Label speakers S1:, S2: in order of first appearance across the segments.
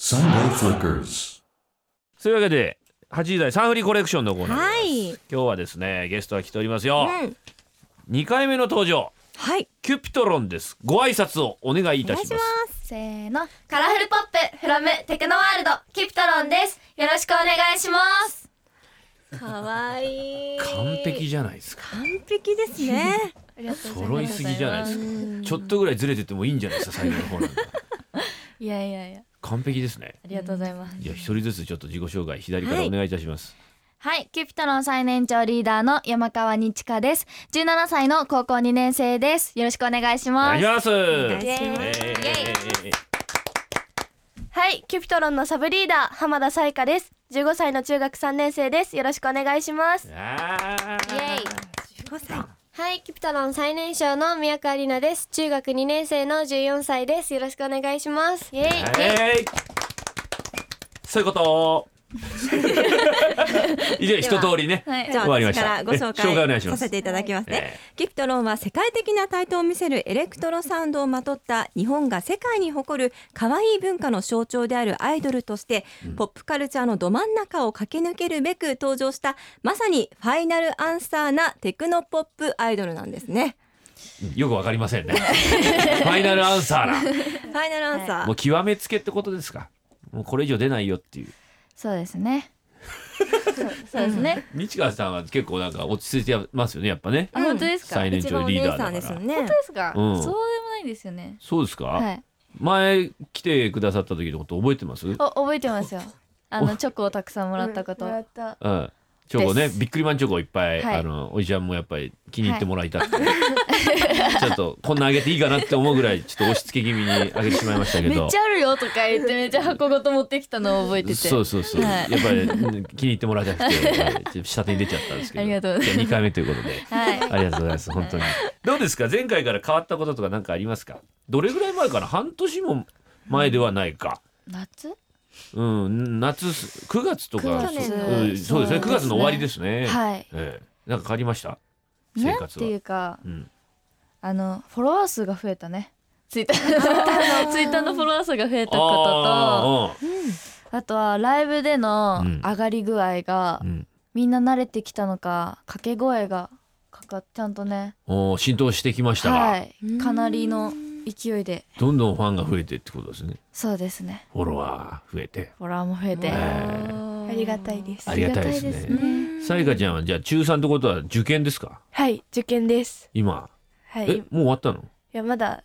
S1: Sunday Flickers.
S2: というわけで8時台サンフリコレクションのコーナーです、
S3: はい。
S2: 今日はですねゲストが来ておりますよ、
S3: うん。
S2: 二2回目の登場
S3: はい。
S2: キュピトロンですご挨拶をお願いい
S3: お
S2: た
S3: 願
S2: します
S3: いします。
S4: せーのカラフルポップフロムテクノワールドキプトロンですよろしくお願いします
S3: 可愛いい。
S2: 完璧。じゃないですか
S3: 完璧です ね。
S4: ありがとうござ
S2: 揃いすぎじゃないですか
S3: うん
S2: ちょっとぐらいずれててもいいんじゃないですか最後の方なんか
S4: いやいやいや
S2: 完璧ですね
S4: ありがとうございます
S2: じゃあ一人ずつちょっと自己紹介左から
S3: はい
S2: お願いいたします、
S4: はいキュピトロン最年長リーダーの山川にちかです17歳の高校2年生ですよろしくお願いします
S2: お願いします
S3: 願い
S2: えー
S3: します
S2: えーえーえー
S5: はい、キュピトロンのサブリーダー浜田彩香です。15歳の中学3年生です。よろしくお願いします。
S2: あー
S3: 五歳。
S5: はい、キュピトロン最年少の宮川里奈です。中学2年生の14歳です。よろしくお願いします。イエイ
S2: はいそういう こと。以上一通りね。
S4: はい
S3: じゃあ
S2: 終わりまし
S3: 私
S2: た
S3: からご紹
S2: え紹介お願い
S3: 介
S2: しま
S3: さ
S2: す
S3: せていただきますね。
S2: え
S3: ギプトロンは世界的な台頭を見せるエレクトロサウンドをまとった日本が世界に誇る可愛い文化の象徴であるアイドルとして、ポップカルチャーのど真ん中を駆け抜けるべく登場したまさにファイナルアンサーなテクノポップアイドルなんですね。
S2: ーよくわかりませ んね。ファイナルアンサー
S3: ファイナルアンサ
S2: だ。
S3: ー。
S2: もう極めつけってことですか。もうこれ以上出ないよっていう。
S4: そうですね そうそうですね
S2: 日川さんは結構なんか落ち着いてますよねやっぱね。
S4: あ本当ですか
S2: 最年長リーダーだから。
S3: 一番お姉さんですよね
S4: 本当ですか、
S2: うん
S4: そうでもないんですよね
S2: そうですか、
S4: はい
S2: 前来てくださった時のこと覚えてます？うん。
S4: お覚えてま すよあのチョコをたくさんもらったこと、
S2: チョコね
S4: です
S2: ビックリマンチョコをいっぱい、
S4: はい
S2: あのおじちゃんもやっぱり気に入ってもらいたくて、 ちょっとこんなあげていいかなって思うぐらいちょっと押し付け気味にあげてしまいましたけど
S4: めっちゃあるよとか言ってめっちゃ箱ごと持ってきたのを覚えてて
S2: そうそうそう、
S4: はい
S2: やっぱりうん気に入ってもらいたくて、はいちょっと下手に出ちゃったんですけど
S4: ありがとうございま
S2: じゃ
S4: す
S2: あ2回目ということで
S4: はい
S2: ありがとうございます本当にどうですか前回から変わったこととか何かありますかどれぐらい前かな半年も前ではないか
S4: 夏
S2: うん夏9月とか
S4: 9月
S2: うんそうですね9月の終わりですね、
S4: はい
S2: ええなんか変わりました生
S4: なん
S2: 活
S4: て
S2: は、
S4: いうか
S2: うん、
S4: あのフォロワー数が増えたねツイッター ツイッターのフォロワー数が増えたこととあ
S2: あー
S4: とはライブでの
S2: うん
S4: 上がり具合が、
S2: うん
S4: みんな慣れてきたのか掛け声がかかちゃんとね
S2: おー浸透してきましたが、
S4: はいかなりの勢いで
S2: どんどんファンが増えてってことですね
S4: そうですね
S2: フォロワー増えて
S4: フォロワーも増えて、
S2: ええ
S3: あ
S5: ありがたいです
S2: ありがたいですね
S4: ありがたいですね
S2: さやかちゃんはじゃあ中3ってことは受験ですか
S5: はい、受験です。
S2: 今、
S5: は
S2: え
S5: い。い
S2: もう終わったの
S5: や、まだ、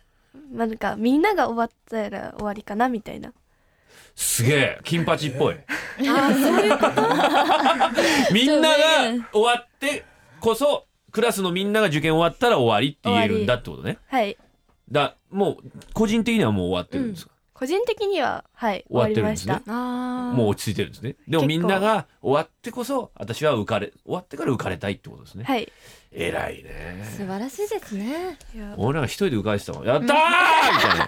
S5: まあなんか、みんなが終わったら終わりかな、みたいな。
S2: すげえ金八っぽい、 みんなが終わってこ そクラスのみんなが受験終わったら終わりって言えるんだってことね
S5: はい。
S2: だもう個人的にはもう終わってるんですか、
S5: 個人的には、はい、終わ
S2: 終わって
S5: り
S2: るん
S5: ま
S2: で
S5: し
S2: す
S5: た
S2: ね。もう落ち着いてるんですねでもみんなが終わってこそ私は浮かれ終わってから浮かれたいってことですね、
S5: はい。
S2: 偉いね
S3: 素晴らしいですね。
S5: いや
S2: 俺なんか一人で浮かれてたもんやったーみたい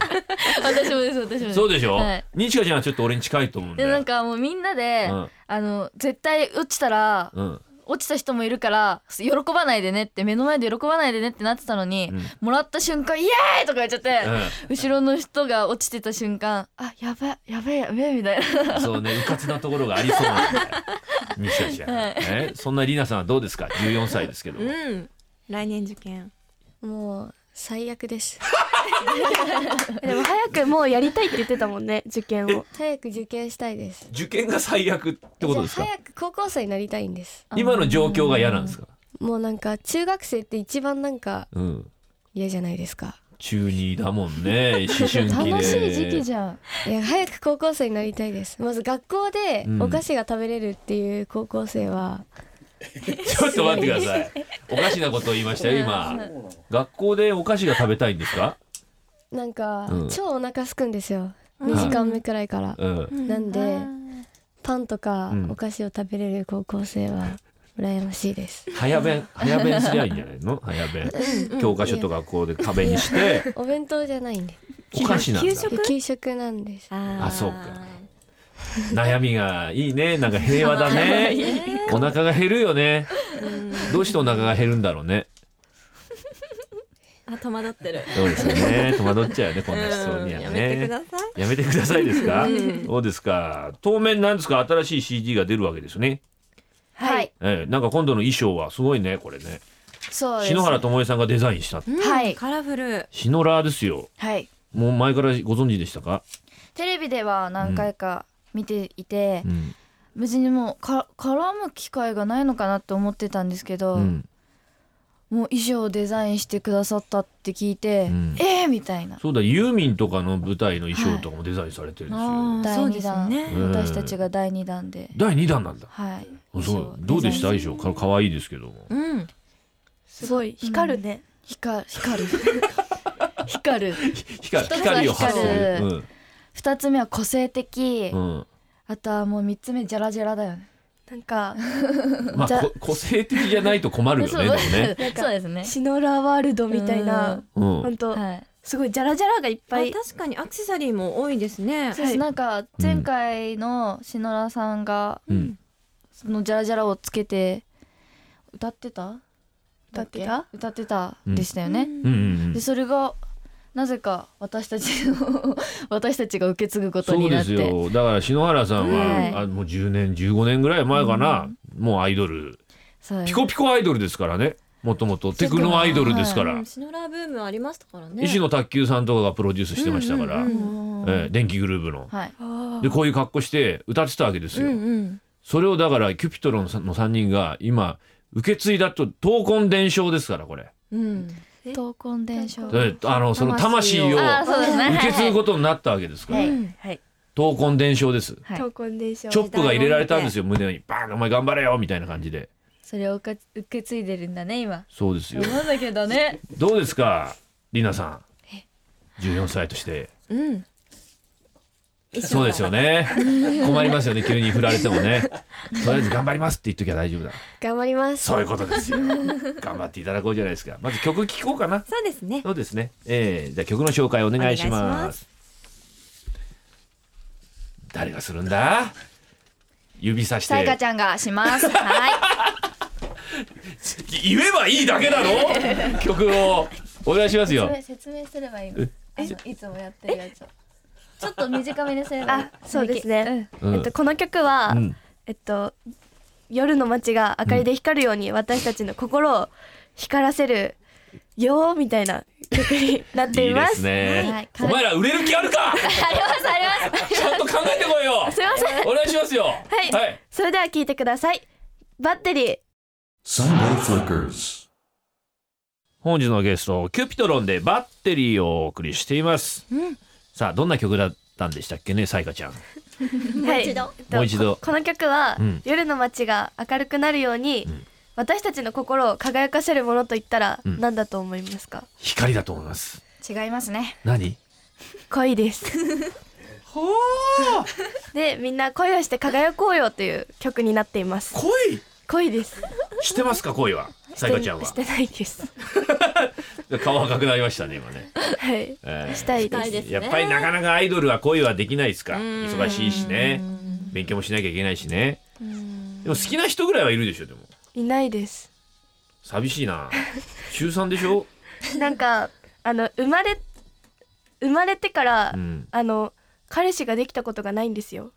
S2: な
S4: 私もです私もです
S2: そうでしょ、
S4: はい
S2: にちかちゃんはちょっと俺に近いと思うんだ
S4: で
S2: よ
S4: なんかもうみんなで、あの絶対落ちたら
S2: うんうん
S4: 落ちた人もいるから喜ばないでねって目の前で喜ばないでねってなってたのに、
S2: うん
S4: もらった瞬間「イエーイ!」とか言っちゃって、後ろの人が落ちてた瞬間「あやばいやばいやべえ」みたいな
S2: うん、そうね、うかつなところがありそうなんだよ。西田ちゃん、
S4: はい
S2: えそんなりなさんはどうですか14歳ですけど、
S3: うん。来年受験。
S5: もう最悪ですでも早くもうやりたいって言ってたもんね 受験を
S6: 早く受験したいです。
S2: 受験が最悪ってことです
S6: じゃあ
S2: か
S6: 早く高校生になりたいんです。
S2: 今の状況が嫌なんです
S4: か
S2: か、
S6: もうなんか中学生って一番なんか
S2: うん、
S6: 嫌じゃないですか。
S2: 中二だもんね思春期で
S4: 楽しい時期じゃん
S6: いや早く高校生になりたいです。まず学校で
S2: うん
S6: お菓子が食べれるっていう高校生は、
S2: ちょっと待ってくださいおかしなことを言いましたよ今学校でお菓子が食べたいんですか、
S6: なんか
S2: うん
S6: 超お腹空くんですよ。
S3: うん
S6: 2時間目くらいから。
S2: うん、
S6: なんでパンとか
S2: うん
S6: お菓子を食べれる高校生は羨ましいです。
S2: 早弁早弁すりゃいいんじゃないの早弁教科書と学校で壁にして
S6: お弁当じゃないんで
S2: お菓子なんだ
S3: 給食
S6: で給食なんです。
S3: あ
S2: あそうか悩みがいいねなんか平和だねお腹が減るよねどうしてお腹が減るんだろうね
S3: あ戸惑ってる
S2: そうですよ ね。戸惑っちゃうよね、こんな質問
S3: うん
S2: にはね。
S3: やめてください
S2: やめてくださいですか。そうですか。当面なんですか、新しい CD が出るわけですよね。
S4: はい、
S2: ええ、なんか今度の衣装はすごいね、これね。
S4: そうです
S2: 篠原智恵さんがデザインした。
S3: うん
S4: はい
S3: カラフル
S2: シノラーですよ。
S4: はい
S2: もう前からご存知でしたか。
S4: テレビでは何回か見ていて、
S2: うん。
S4: 別にもうか絡む機会がないのかなと思ってたんですけど、
S2: うん。
S4: もう衣装をデザインしてくださったって聞いて、
S2: うん
S4: えー、みたいな
S2: そうだ、ユーミンとかの舞台の衣装とかもデザインされてるんですよ。
S3: あー
S4: 第
S3: そう
S4: 2
S3: です
S4: 弾、
S3: ね
S2: うん
S4: 私たちが第2弾で、
S2: 第二弾なんだ。
S4: はい
S2: そう、どうでした
S4: 衣
S2: 衣
S4: 装
S2: 装、か、可愛いですけども。
S3: うん
S5: すごい光るね、
S4: 光光る光る
S2: 光、
S4: 一つは
S2: 光を発す
S4: 光
S2: る。
S4: 2つ目は個性的、
S2: うん。うん。
S4: あとはもう3つ目ジャラジャラだよね
S5: なんか
S2: まあ、
S4: じゃ
S2: こ個性的じゃないと困るよね、でも ね。
S5: なんか
S4: そうですね
S5: シノラワールドみたいうなん
S2: うん。
S5: 本当、
S4: はい
S5: すごいジャラジャラがいっぱ
S3: あ
S5: い
S3: 確かにアクセサリーも多いですね
S4: そうですなんか前回の篠原さんが
S2: うん。
S4: そのジャラジャラをつけて歌ってた
S5: 歌ってた
S4: 歌ってたでしたよね、
S2: うんうん
S4: でそれがなぜか私たちの 私たちが受け継ぐこと
S2: そう
S4: にな
S2: で
S4: って
S2: すよだから篠原さんは、
S4: はい
S2: あもう10年15年ぐらい前かな、もうアイドル
S4: そうです
S2: ピコピコアイドルですからねもともとテクノアイドルですから、
S3: うんシノラーブームありましたからね
S2: 石野卓球さんとかがプロデュースしてましたから、
S3: うんうんうん
S4: うん
S2: ええ電気グループの。
S4: はい
S5: あ
S2: でこういう格好して歌ってたわけです
S3: う
S2: よ、
S3: んうん
S2: それをだからキュピトロの3人が今受け継いだと闘魂伝承ですからこれ、
S3: うん
S4: 闘魂伝承
S2: ええあのその魂を
S4: ああそうですね
S2: 受け継ぐ
S4: こ
S2: ことになったわけですから、
S4: はい
S3: うん
S5: はい
S2: 闘魂伝承です
S4: はい
S5: 闘魂伝承
S2: チョップが入れられたんですよ胸にバーンお前頑張れよみたいな感じで
S4: それを受け受け継いでるんだね今
S2: そうですよ
S4: なんだけどね
S2: どうですかりなさん14歳として
S3: うん
S2: そうですよね困りますよね急に振られてもねとりあえず頑張りますって言っときゃ大丈夫だ
S5: 頑張ります
S2: そういうことですよ頑張っていただこうじゃないですかまず曲聴こうかな
S3: そうですね
S2: そうですねえー、じゃあ曲の紹介お願いし
S3: お願
S2: ま
S3: いします
S2: 誰がするんだ指さし
S4: さやか
S2: て
S4: ちゃんがしますはい
S2: 言えばいいだけだろ曲をお願いし ますよ
S4: 説明すればいいのいつもやってるやつをちょっと短めにすれ
S5: ばいいあそうですね、
S2: うん
S5: えっと、この曲は、
S2: うん
S5: えっと夜の街が明かりで光るように私たちの心を光らせるよーみたいな曲になって
S2: い
S5: い
S2: いで
S5: ます
S2: すね、
S4: はい
S2: お前ら売れる気あるか
S4: ありますあります
S2: ちゃんと考えてこい よ
S5: すいません
S2: お願いしますよはい
S5: それでは聞いてくださいバッテリー
S1: Sunday Flickers.
S2: 本日のゲストキュピトロンでバッテリーをお送りしています、さあどんな曲だったんでしたっけねさいかちゃん
S5: もう一度、
S2: もう一度
S5: ここの曲は、
S2: うん
S5: 夜の街が明るくなるように、私たちの心を輝かせるものといったら、
S2: うん
S5: 何だと思いますか
S2: 光だと思います
S4: 違いますね
S2: 何
S5: 恋です
S2: ほー
S5: でみんな恋をして輝こうよという曲になっています
S2: 恋
S5: 恋です
S2: してますか恋はさいかちゃんは
S5: してないです
S2: 顔赤くなりましたね今ね、
S5: はい
S2: えー
S5: したいで
S3: し
S5: す
S3: たいですね
S2: やっぱりなかなかアイドルは恋はできないですか忙しいしね勉強もしなきゃいけないしねでも好きな人ぐらいはいるでしょでも
S5: いないです
S2: 寂しいな中3でしょ
S5: なんかあの生まれ生まれてから、
S2: うん
S5: あの彼氏ができたことがないんですよ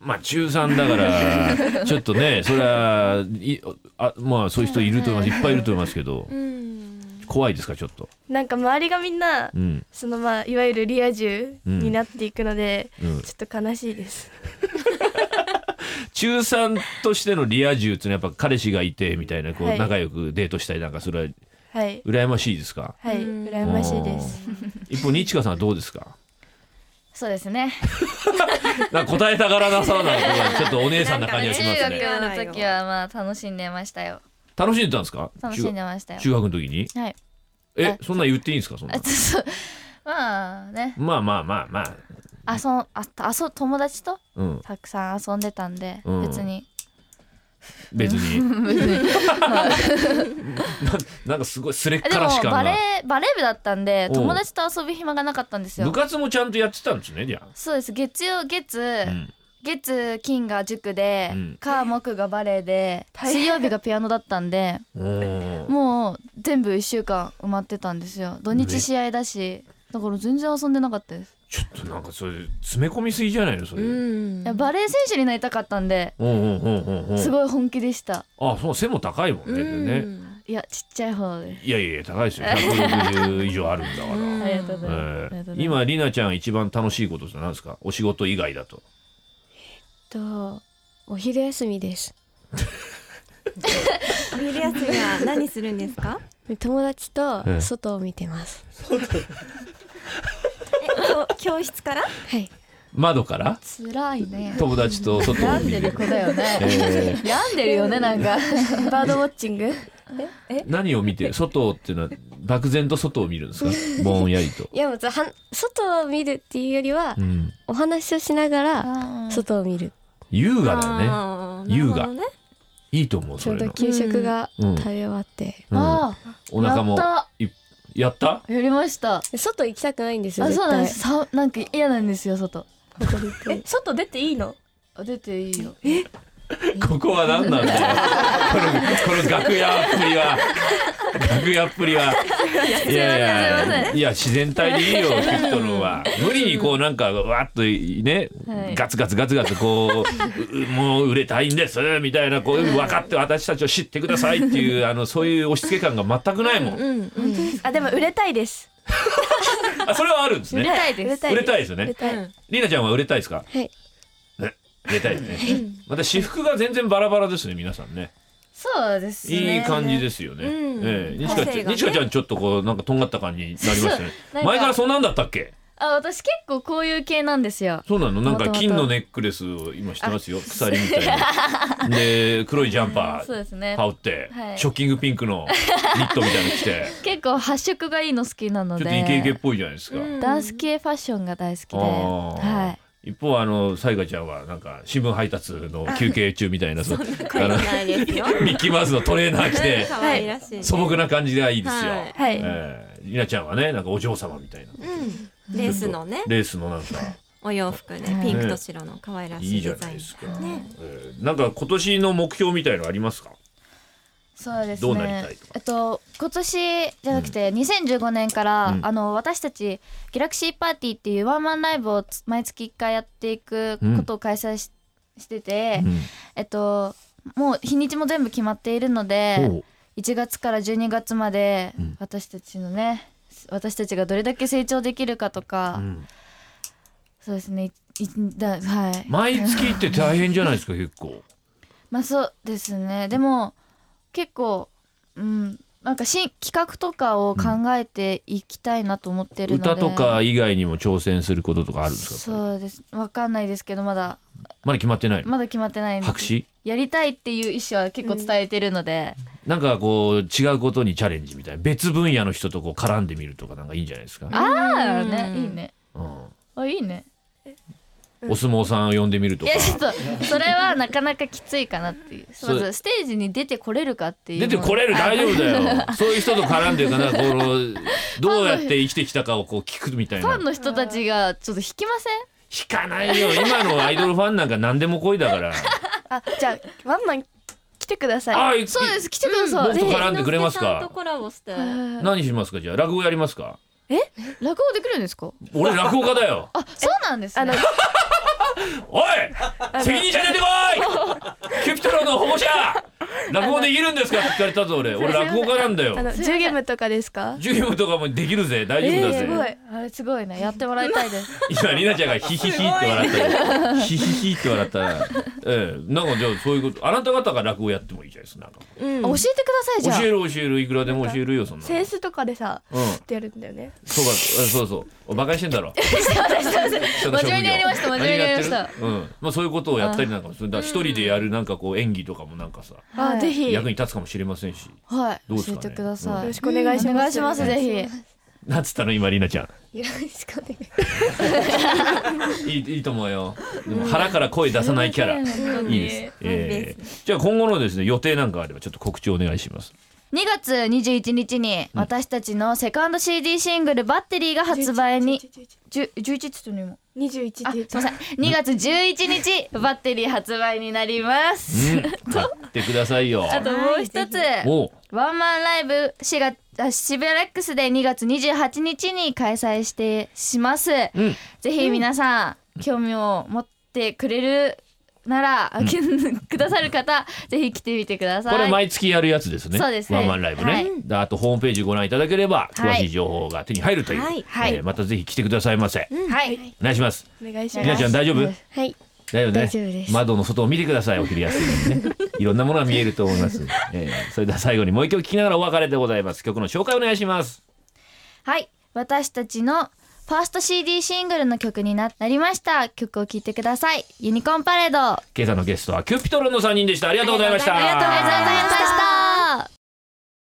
S2: まあ中3だからちょっとねそれはいあまあそういう人いると思いますいっぱいいると思いますけど怖いですかちょっと
S5: なんか周りがみんな、
S2: うん
S5: そのまあいわゆるリア充になっていくので、
S2: うん
S5: ちょっと悲しいです
S2: 中3としてのリア充っていうのはやっぱ彼氏がいてみたいなこう
S5: はい
S2: 仲良くデートしたりなんかそれは
S5: はい
S2: 羨ましいですか
S5: はい羨ましいです
S2: 一方にちかさんはどうですか
S4: そうですね
S2: なんか答えたがらなさなちょっとお姉さんな感じがし
S4: 中
S2: ます
S4: 学
S2: ね
S4: の時はまあ楽しんでましたよ
S2: 楽しんでたんですか
S4: 楽しんでましたよ
S2: 中学の時に
S4: はい
S2: えそんなん言っていいんですかそんな
S4: あそうまあね
S2: まあまあまあまあ
S4: あそああそう友達と
S2: うん
S4: たくさん遊んでたんで、
S2: うん
S4: 別に
S2: 別 に ななんかすごいすれっ
S4: あで
S2: か
S4: も
S2: らし感
S4: バレ
S2: が
S4: ーバレー部だったんで
S2: おう
S4: 友達と遊ぶ暇がなかったんです
S2: 部
S4: よ
S2: 活もちゃんとやってたんですねじゃ
S4: そうです月曜月、
S2: あ、うん、
S4: 月金が塾で、
S2: うん
S4: 火木がバレエで水曜日がピアノだったんで
S2: おー
S4: ももう全部1週間埋まってたんですよ土日試合だしだから全然遊んでなかったです
S2: ちょっとなんかそれ詰め込みすぎじゃないのそれ、うん、
S3: ん
S4: いやバレー選手になりたかったんで
S2: うんうんうんうん
S4: すごい本気でした
S2: あそう背も高いもんね,、ね
S4: いやちっちゃい方です
S2: いやいや高いですよ160以上あるんだから、
S4: ありがとうございます
S2: え
S4: ありがとうございます
S2: ー、今りなちゃん一番楽しいことって何ですかお仕事以外だと
S6: とお昼休みです
S3: お昼休みは何するんですか
S6: 友達
S2: ええ
S6: と外を見てます、
S3: えきょ教室から
S6: はい
S2: 窓から
S4: 辛いね
S2: 友達と外を
S4: 病ん
S2: 見
S4: でる
S2: る
S4: 子だよ
S2: え
S4: ね病んでるよねなんか
S5: バードウォッチング
S2: 何を見てる外っていうのは漠然と外を見るんですか ぼんやりと、
S6: いやもうは外を見るっていうよりは、
S2: うん、
S6: お話をしながら外を見る
S2: 優雅だね
S3: あー
S2: 優雅
S3: なるほどね
S2: いいと思う
S6: ち
S2: そ
S6: ょう
S2: れ
S6: ど
S2: の、
S6: 給食が
S2: うん
S6: 食べ終わって、
S2: うん、
S4: あ
S2: お腹も
S4: やった
S2: いやった
S4: やりましたあ
S6: で外行きたくないんですよ
S4: そう
S6: 絶
S4: なんで
S6: 対
S4: すさなんか嫌なんですよ外
S6: 誇りって
S5: え外出ていいの
S4: あ出ていいよ
S2: ここは何なんだよこのこの楽屋っぷりは楽屋っぷりはいやいやいや自然体でいいよピクトルンは無理にこうなんかわっとね、
S4: はい
S2: ガツガツガツガツこううもう売れたいんですみたいなこういう分かって私たちを知ってくださいっていうあのそういう押し付け感が全くないもん
S3: うん
S5: あでも売れたいです
S2: あそれはあるんですね
S4: たいで
S5: 売れたい
S2: 売れ
S5: です
S2: たいですよね
S3: うん
S2: りなちゃんは売れたいですか
S6: はい
S2: ね売れたいですねまた私服が全然バラバラですね皆さんね
S4: そうですね
S2: いい感じですよね。
S3: うん
S2: ええ、にしか
S3: 個
S2: ち
S3: 性
S2: ゃん、
S3: がね
S2: にしかちゃんちょっとこうなんかとんがった感じになりましたね。
S4: なん
S2: 前からそんなんだったっけ？
S4: あ私結構こういう系なんですよ
S2: そうなのなんか
S4: 元々
S2: 金のネックレスを今してます よ鎖みたいな。で黒いジャンパ
S4: そう
S2: ー
S4: ですね
S2: 羽織って、
S4: はい
S2: ショッキングピンクのニットみたいな の着て
S4: 結構発色がいいの好きなの
S2: ちょ
S4: で
S2: っとイケイケっぽいじゃないですか。
S3: うん
S4: ダンス系ファッションが大好きで、
S2: あー
S4: はい、
S2: 一方あのサイガちゃんはなんか新聞配達の休憩中みたいなその
S3: かわいくないですよ
S2: あ のミッキーマウスのトレーナー着て
S3: 可愛らしいね
S2: 素朴な感じがいいですよ。
S3: はい
S5: はい、
S2: ええ、りなちゃんはねなんかお嬢様みたいな。
S3: うんレースのね
S2: レースのなんか
S3: お洋服で
S4: はい
S3: ピンクと白の可愛らし
S2: い
S3: い
S2: いじゃ
S3: デ
S2: な
S3: ザ
S2: い
S3: イン
S2: ですか。えーなんか今年の目標みたいのありますか。
S4: そうです
S2: ど
S4: ね
S2: うなりたいとか
S4: えっと今年じゃなくて2015年から、
S2: うん
S4: あの私たちギラクシーパーティーっていうワンマンライブをつ毎月1回やっていくことを開催し,、てて、えっともう日にちも全部決まっているので
S2: ほう
S4: 1月から12月まで
S2: うん
S4: 私たちのね私たちがどれだけ成長できるかとか、
S2: うん
S4: そうですねいいだはい
S2: 毎月って大変じゃないですか結構。
S4: まあそうですねでも結構うんなんか新企画とかを考えていきたいなと思ってるので、
S2: 歌とか以外にも挑戦することとかあるんですか。
S4: そうですわかんないですけどまだ
S2: まだ決まってないの。
S4: まだ決まってないんで
S2: 白紙？
S4: やりたいっていう意思は結構伝えてるので、
S2: なんかこう違うことにチャレンジみたいな別分野の人とこう絡んでみるとかなんかいいんじゃないですか。
S4: ああ
S3: うん
S4: ねいいね
S2: うん
S4: あいいね
S2: お相撲さんを呼んでみると
S4: い
S2: か
S4: や。ちょっとそれはなかなかきついかなっていう
S2: そ
S4: ま
S2: う
S4: ずステージに出てこれるかっていう
S2: 出てこれる大丈夫 だよ。そういう人と絡んでかなこのどうやって生きてきたかをこう聞くみたい
S4: フ
S2: な
S4: ァン。の人たちがちょっと引きません
S2: 引かないよ今のアイドルファンなんか何でも来いだ から。
S5: あじゃあワンマン来てください
S2: あ、い
S4: そうです来てください、
S2: 僕と
S4: ぜひ
S2: 絡んでくれます
S3: 猪之助さん
S2: か
S3: と。コラボして
S2: 何しますかじゃあ落語やりますか。
S4: 落語できるんですか
S2: 俺落語家だよ。
S4: あそうなんですね
S5: あの
S2: おい、責任者出てこい。キュピトロの保護者。落語できるんですかって聞かれたぞ俺。俺落語家なんだよ
S5: あ。の10ゲームとかですか
S2: 授業とかもできるぜ大丈夫だ
S5: えーすごい
S2: ぜ。
S4: あれすごいねやってもらいたい です
S2: 今りなちゃんがヒヒヒって笑ったよ。ヒヒヒって笑ったら。ええ、なんかじゃあそういうこと。あなた方が落語やってもいいじゃないですか。なんか
S3: うん
S4: 教えてくださいじ
S2: 教
S4: ゃあ
S2: える教えるいくらでも教えるよそんなの。
S5: センスとかでさ、
S2: うん。
S5: ってやるんだよね
S2: そうか、あそうそう、馬鹿にしてんだろ。真
S4: 真面目にやりました真面目にやりました
S2: うん、まあ、そういうことをやったりなんかもする、だから一人でやるなんかこう演技とかもなんかさ。
S5: あ
S4: はい
S5: ぜひ
S2: 役に立つかもしれませんし。
S4: はい
S2: どうです
S4: 教
S2: か
S4: え
S2: ね
S4: てください
S2: うん
S4: お願
S5: よろ
S4: い
S5: しくお願いします
S4: お願いしますぜひ
S2: なんつったの、今りなちゃ
S6: よろしくお願いし
S2: ん。いい、いいと思うよ。でも腹から声出さないキャラ。いいです。ええじゃあ、今後のですね、予定なんかあれば、ちょっと告知お願いします。
S4: 2月21日に私たちのセカンド CD シングル「バッテリー」が発売に10 11って言ったの今
S5: 二十一
S4: あすいません2月11日バッテリー発売になります、
S2: うん、買ってくださいよ。
S4: あともう一つ
S2: おう
S4: ワンマンライブ4月あシベレックスで2月28日に開催してします、
S2: うん
S4: ぜひ皆さん、興味を持ってくれるなら、くださる方ぜひ来てみてください
S2: これ毎月やるやつですね。
S4: そうですね
S2: ワンマンライブね。
S4: はい
S2: であとホームページご覧いただければ
S4: は
S2: 詳
S4: い
S2: しい情報が手に入るという。
S3: はい
S4: はい
S2: えーまたぜひ来てくださいませ。
S4: はい
S2: お願いします。
S5: お願いし
S2: ひなちゃん大丈夫？
S6: はい。
S2: 大丈夫ね。
S6: 大丈夫です
S2: 窓の外を見てくださいお昼休みにね。いろんなものが見えると思います。えーそれでは最後にもう一曲聴きながらお別れでございます。曲の紹介お願いします。
S4: はい私たちのファースト CD シングルの曲にななりました曲を聴いてくださいユニコーンパレード
S2: 今朝のゲストはキュピトロンの三人でした。ありがとうございました。
S4: ありがとうございました